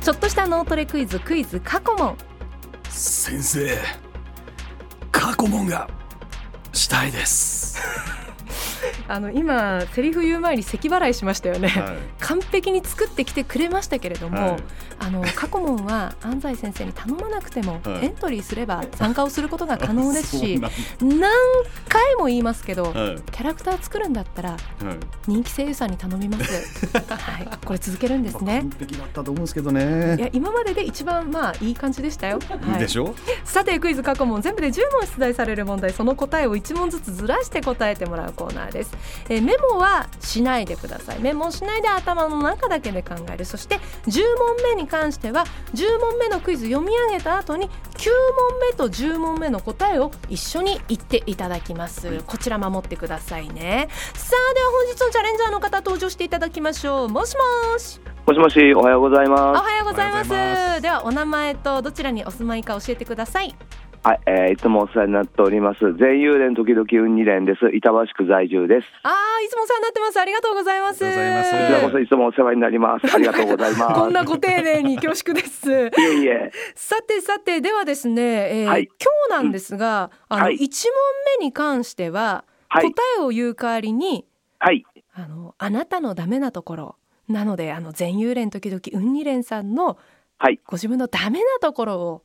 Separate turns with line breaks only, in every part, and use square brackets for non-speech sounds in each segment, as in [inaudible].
ちょっとした脳トレクイズクイズ過去問
先生過去問がしたいです、
あの今セリフ言う前に咳払いしましたよね、
はい
完璧に作ってきてくれましたけれども、
はい
あの過去問は安西先生に頼まなくても、
はい
エントリーすれば参加をすることが可能です
[laughs] そう
し
なん
何回も言いますけど、
だはい
キャラクター作るんだったら
はい
人気声優さんに頼み
[laughs]
ます、はい、これ続けるんですね
完璧だったと思うんですけど
い
ね
や今までで一番まあいい感じでしたよ、はい
いでしょ
さてクイズ過去問全部で10問出題される問題その答えを1問ずつずらして答えてもらうコーナーです、えーメモはしないでくださいメモをしないで頭の中だけで考えるそして10問目に関しては10問目のクイズ読み上げた後に9問目と10問目の答えを一緒に言っていただきます、
はい
こちら守ってくださいねさあでは本日のチャレンジャーの方登場していただきましょうもしもし
もしもし、おはようござい
お
ます。
はようございます
おはようございます
ではお名前とどちらにお住まいか教えてください
はい、えーいつもお世話になっております。全遊連時々運二連です。板橋区在住です。
ああ、いつもお世話になってます。ありがとうございます。
ありがとうご
こ
ざ
ちら
ま
こそいつもお世話になり
[laughs]
ます。ありがとうございます。
こんなご丁寧に恐縮です。 [laughs]
いえいえ、
さてさて、ではですね、えー
はい
今日なんですが、あの、
はい
一問目に関しては、
はい
答えを言う代わりに、
はい、
あの、あなたのダメなところ、なので、あの、全遊連時々、うんに連さんの、
はい、
ご自分のダメなところを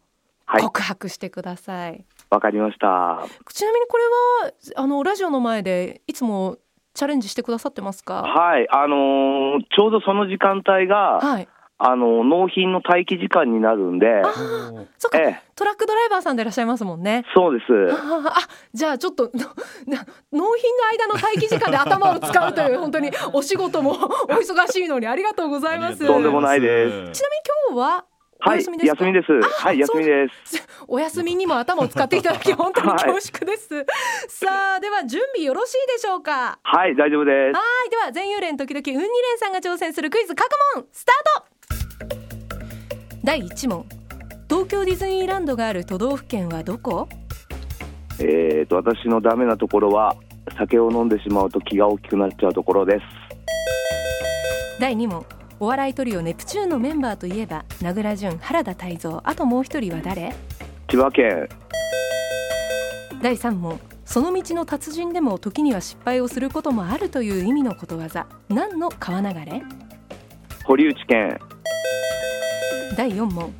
はい、
告白してください。
わかりました。
ちなみにこれは、あの、ラジオの前で、いつもチャレンジしてくださってますか
はい、あのーちょうどその時間帯が、
はい。
あのー納品の待機時間になるんで、
[laughs] ああ、そっか、
ええ、
トラックドライバーさんでいらっしゃいますもんね。
そうです。
ああじゃあちょっとの [laughs] な納品の間の待機時間で頭を使うという本当にお仕事も [laughs] お忙しいのにありがとうございます。
がとうございます
今
ないで
日はお
はい、
休みですか、
休みです。はい、
そ
休
う
みです。
お休みにも頭を使っていただ
[laughs]
き本当に
はい
恐縮です。さあでは準備よろしいでしょうか。
はい、大丈夫で
は
す。
いでは全遊連時々うんに連さんが挑戦するクイズ過去問スタート。第一問東京ディズニーランドがある都道府県はどこ？
えーと、私のダメなところは、酒を飲んでしまうと気が大きくなっちゃうところです。
第2問お笑いトリオネプチューンのメンバーといえば名倉潤原田泰造あともう一人は誰
千葉県、
第3問その道の達人でも時には失敗をすることもあるという意味のことわざ何の川流れ
堀内県、
第4問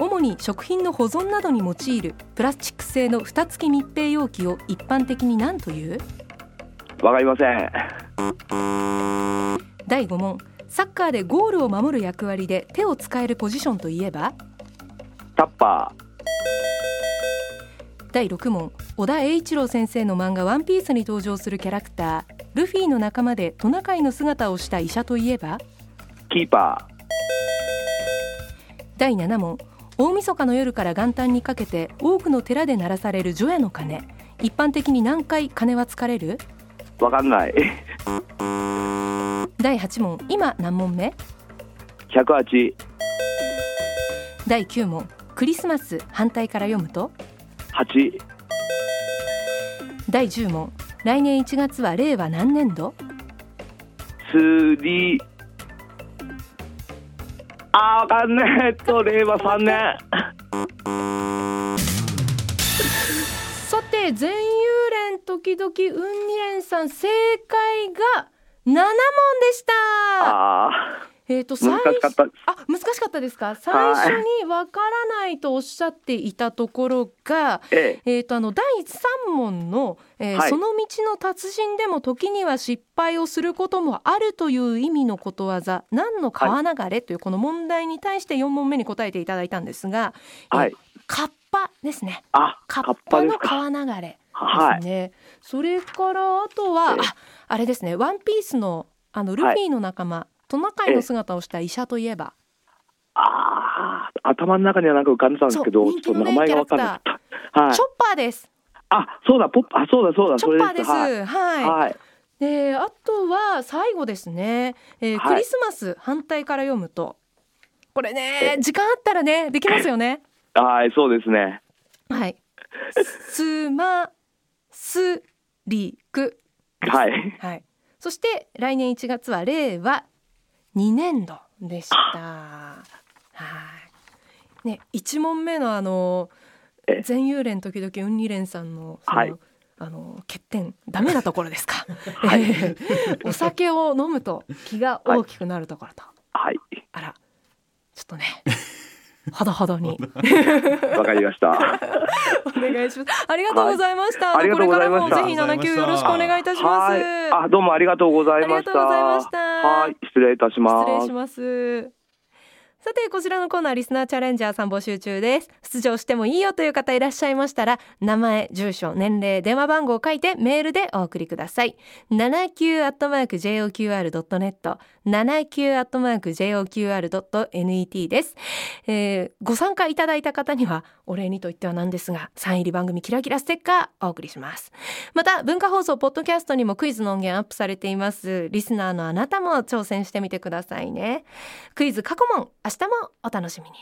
主に食品の保存などに用いるプラスチック製の蓋付き密閉容器を一般的に何という
わかりません。
第5問サッカーでゴールを守る役割で手を使えるポジションといえば
タッパ
第6問小田栄一郎先生の漫画「ワンピースに登場するキャラクタールフィの仲間でトナカイの姿をした医者といえば
ー、キーパ
第7問大晦日の夜から元旦にかけて多くの寺で鳴らされる除夜の鐘一般的に何回鐘は疲れる
ー、わかんない。 [laughs]
第8問今何問目
108、
第9問クリスマス反対から読むと
8、
第10問来年1月は令和何年度
スリー、あー、わかんない。えっと、令和3年。
さて全遊連時々うんに連さん正解が7問でした
あ
えー、と
ー、
最
難しかったです。
あ難しかったですか最初にわからないとおっしゃっていたところが、
え
えー、とあの第3問の、えー
はい
その道の達人でも時には失敗をすることもあるという意味のことわざ何の川流れというこの問題に対して4問目に答えていただいたんですが、
え、はい。
カッパですね
あ、
カ
カ
ッ
ッパ
パ
で
の
すか。
川流れで
はい。
すね、それからあとは、
ええ
ああれですね「ワンピースのあのルフィの仲間、トナカイの姿をした医者といえば、
あー、頭の中にはなんか浮かんでたんですけど、
そう
ちょっと
人気のね
名前がわかんなかった。はい
チョ。ッパーです
あ、そうだ、ポップ、あ、そうだ、そうだ、
チ
そ
ョッ
れ
パー
で。
ですす
はい。
はい、
はい。
であとは最後ですね、えー
は
ク
い
リスマス反対から読むとこれね時間あったらねできますよ
[laughs]
ね
はい、そうですね。
はいすまスリク
はい。
はいそして来年1月は令和2年度でしたははい。ね、一問目のあの
ええ
全幽連時々運二連さんのその、
はい
あの欠点ダメなところ
[laughs]
ですか。 [laughs] ええお酒を飲むと気が大きくなるところと、
はい
あらちょっとね。ほどほど
[laughs]
に
わかりました
お願いします。ありがとうございました。
はいありが
ことれか
うござ
ら
いま
も
した
ぜひ七級よろしくお願いいたします。
はいあどうもありがとうございました
ありがとうございました
はい失礼いたします
失礼しますさてこちらのコーナーリスナーチャレンジャーさん募集中です出場してもいいよという方いらっしゃいましたら名前住所年齢電話番号を書いてメールでお送りください79アットマーク JOQR.net 79アットマーク JOQR.net です、えーご参加いただいた方にはお礼にと言ってはなんですがサイン入り番組キラキラステッカーお送りしますまた文化放送ポッドキャストにもクイズの音源アップされていますリスナーのあなたも挑戦してみてくださいねクイズ過去問明日もお楽しみに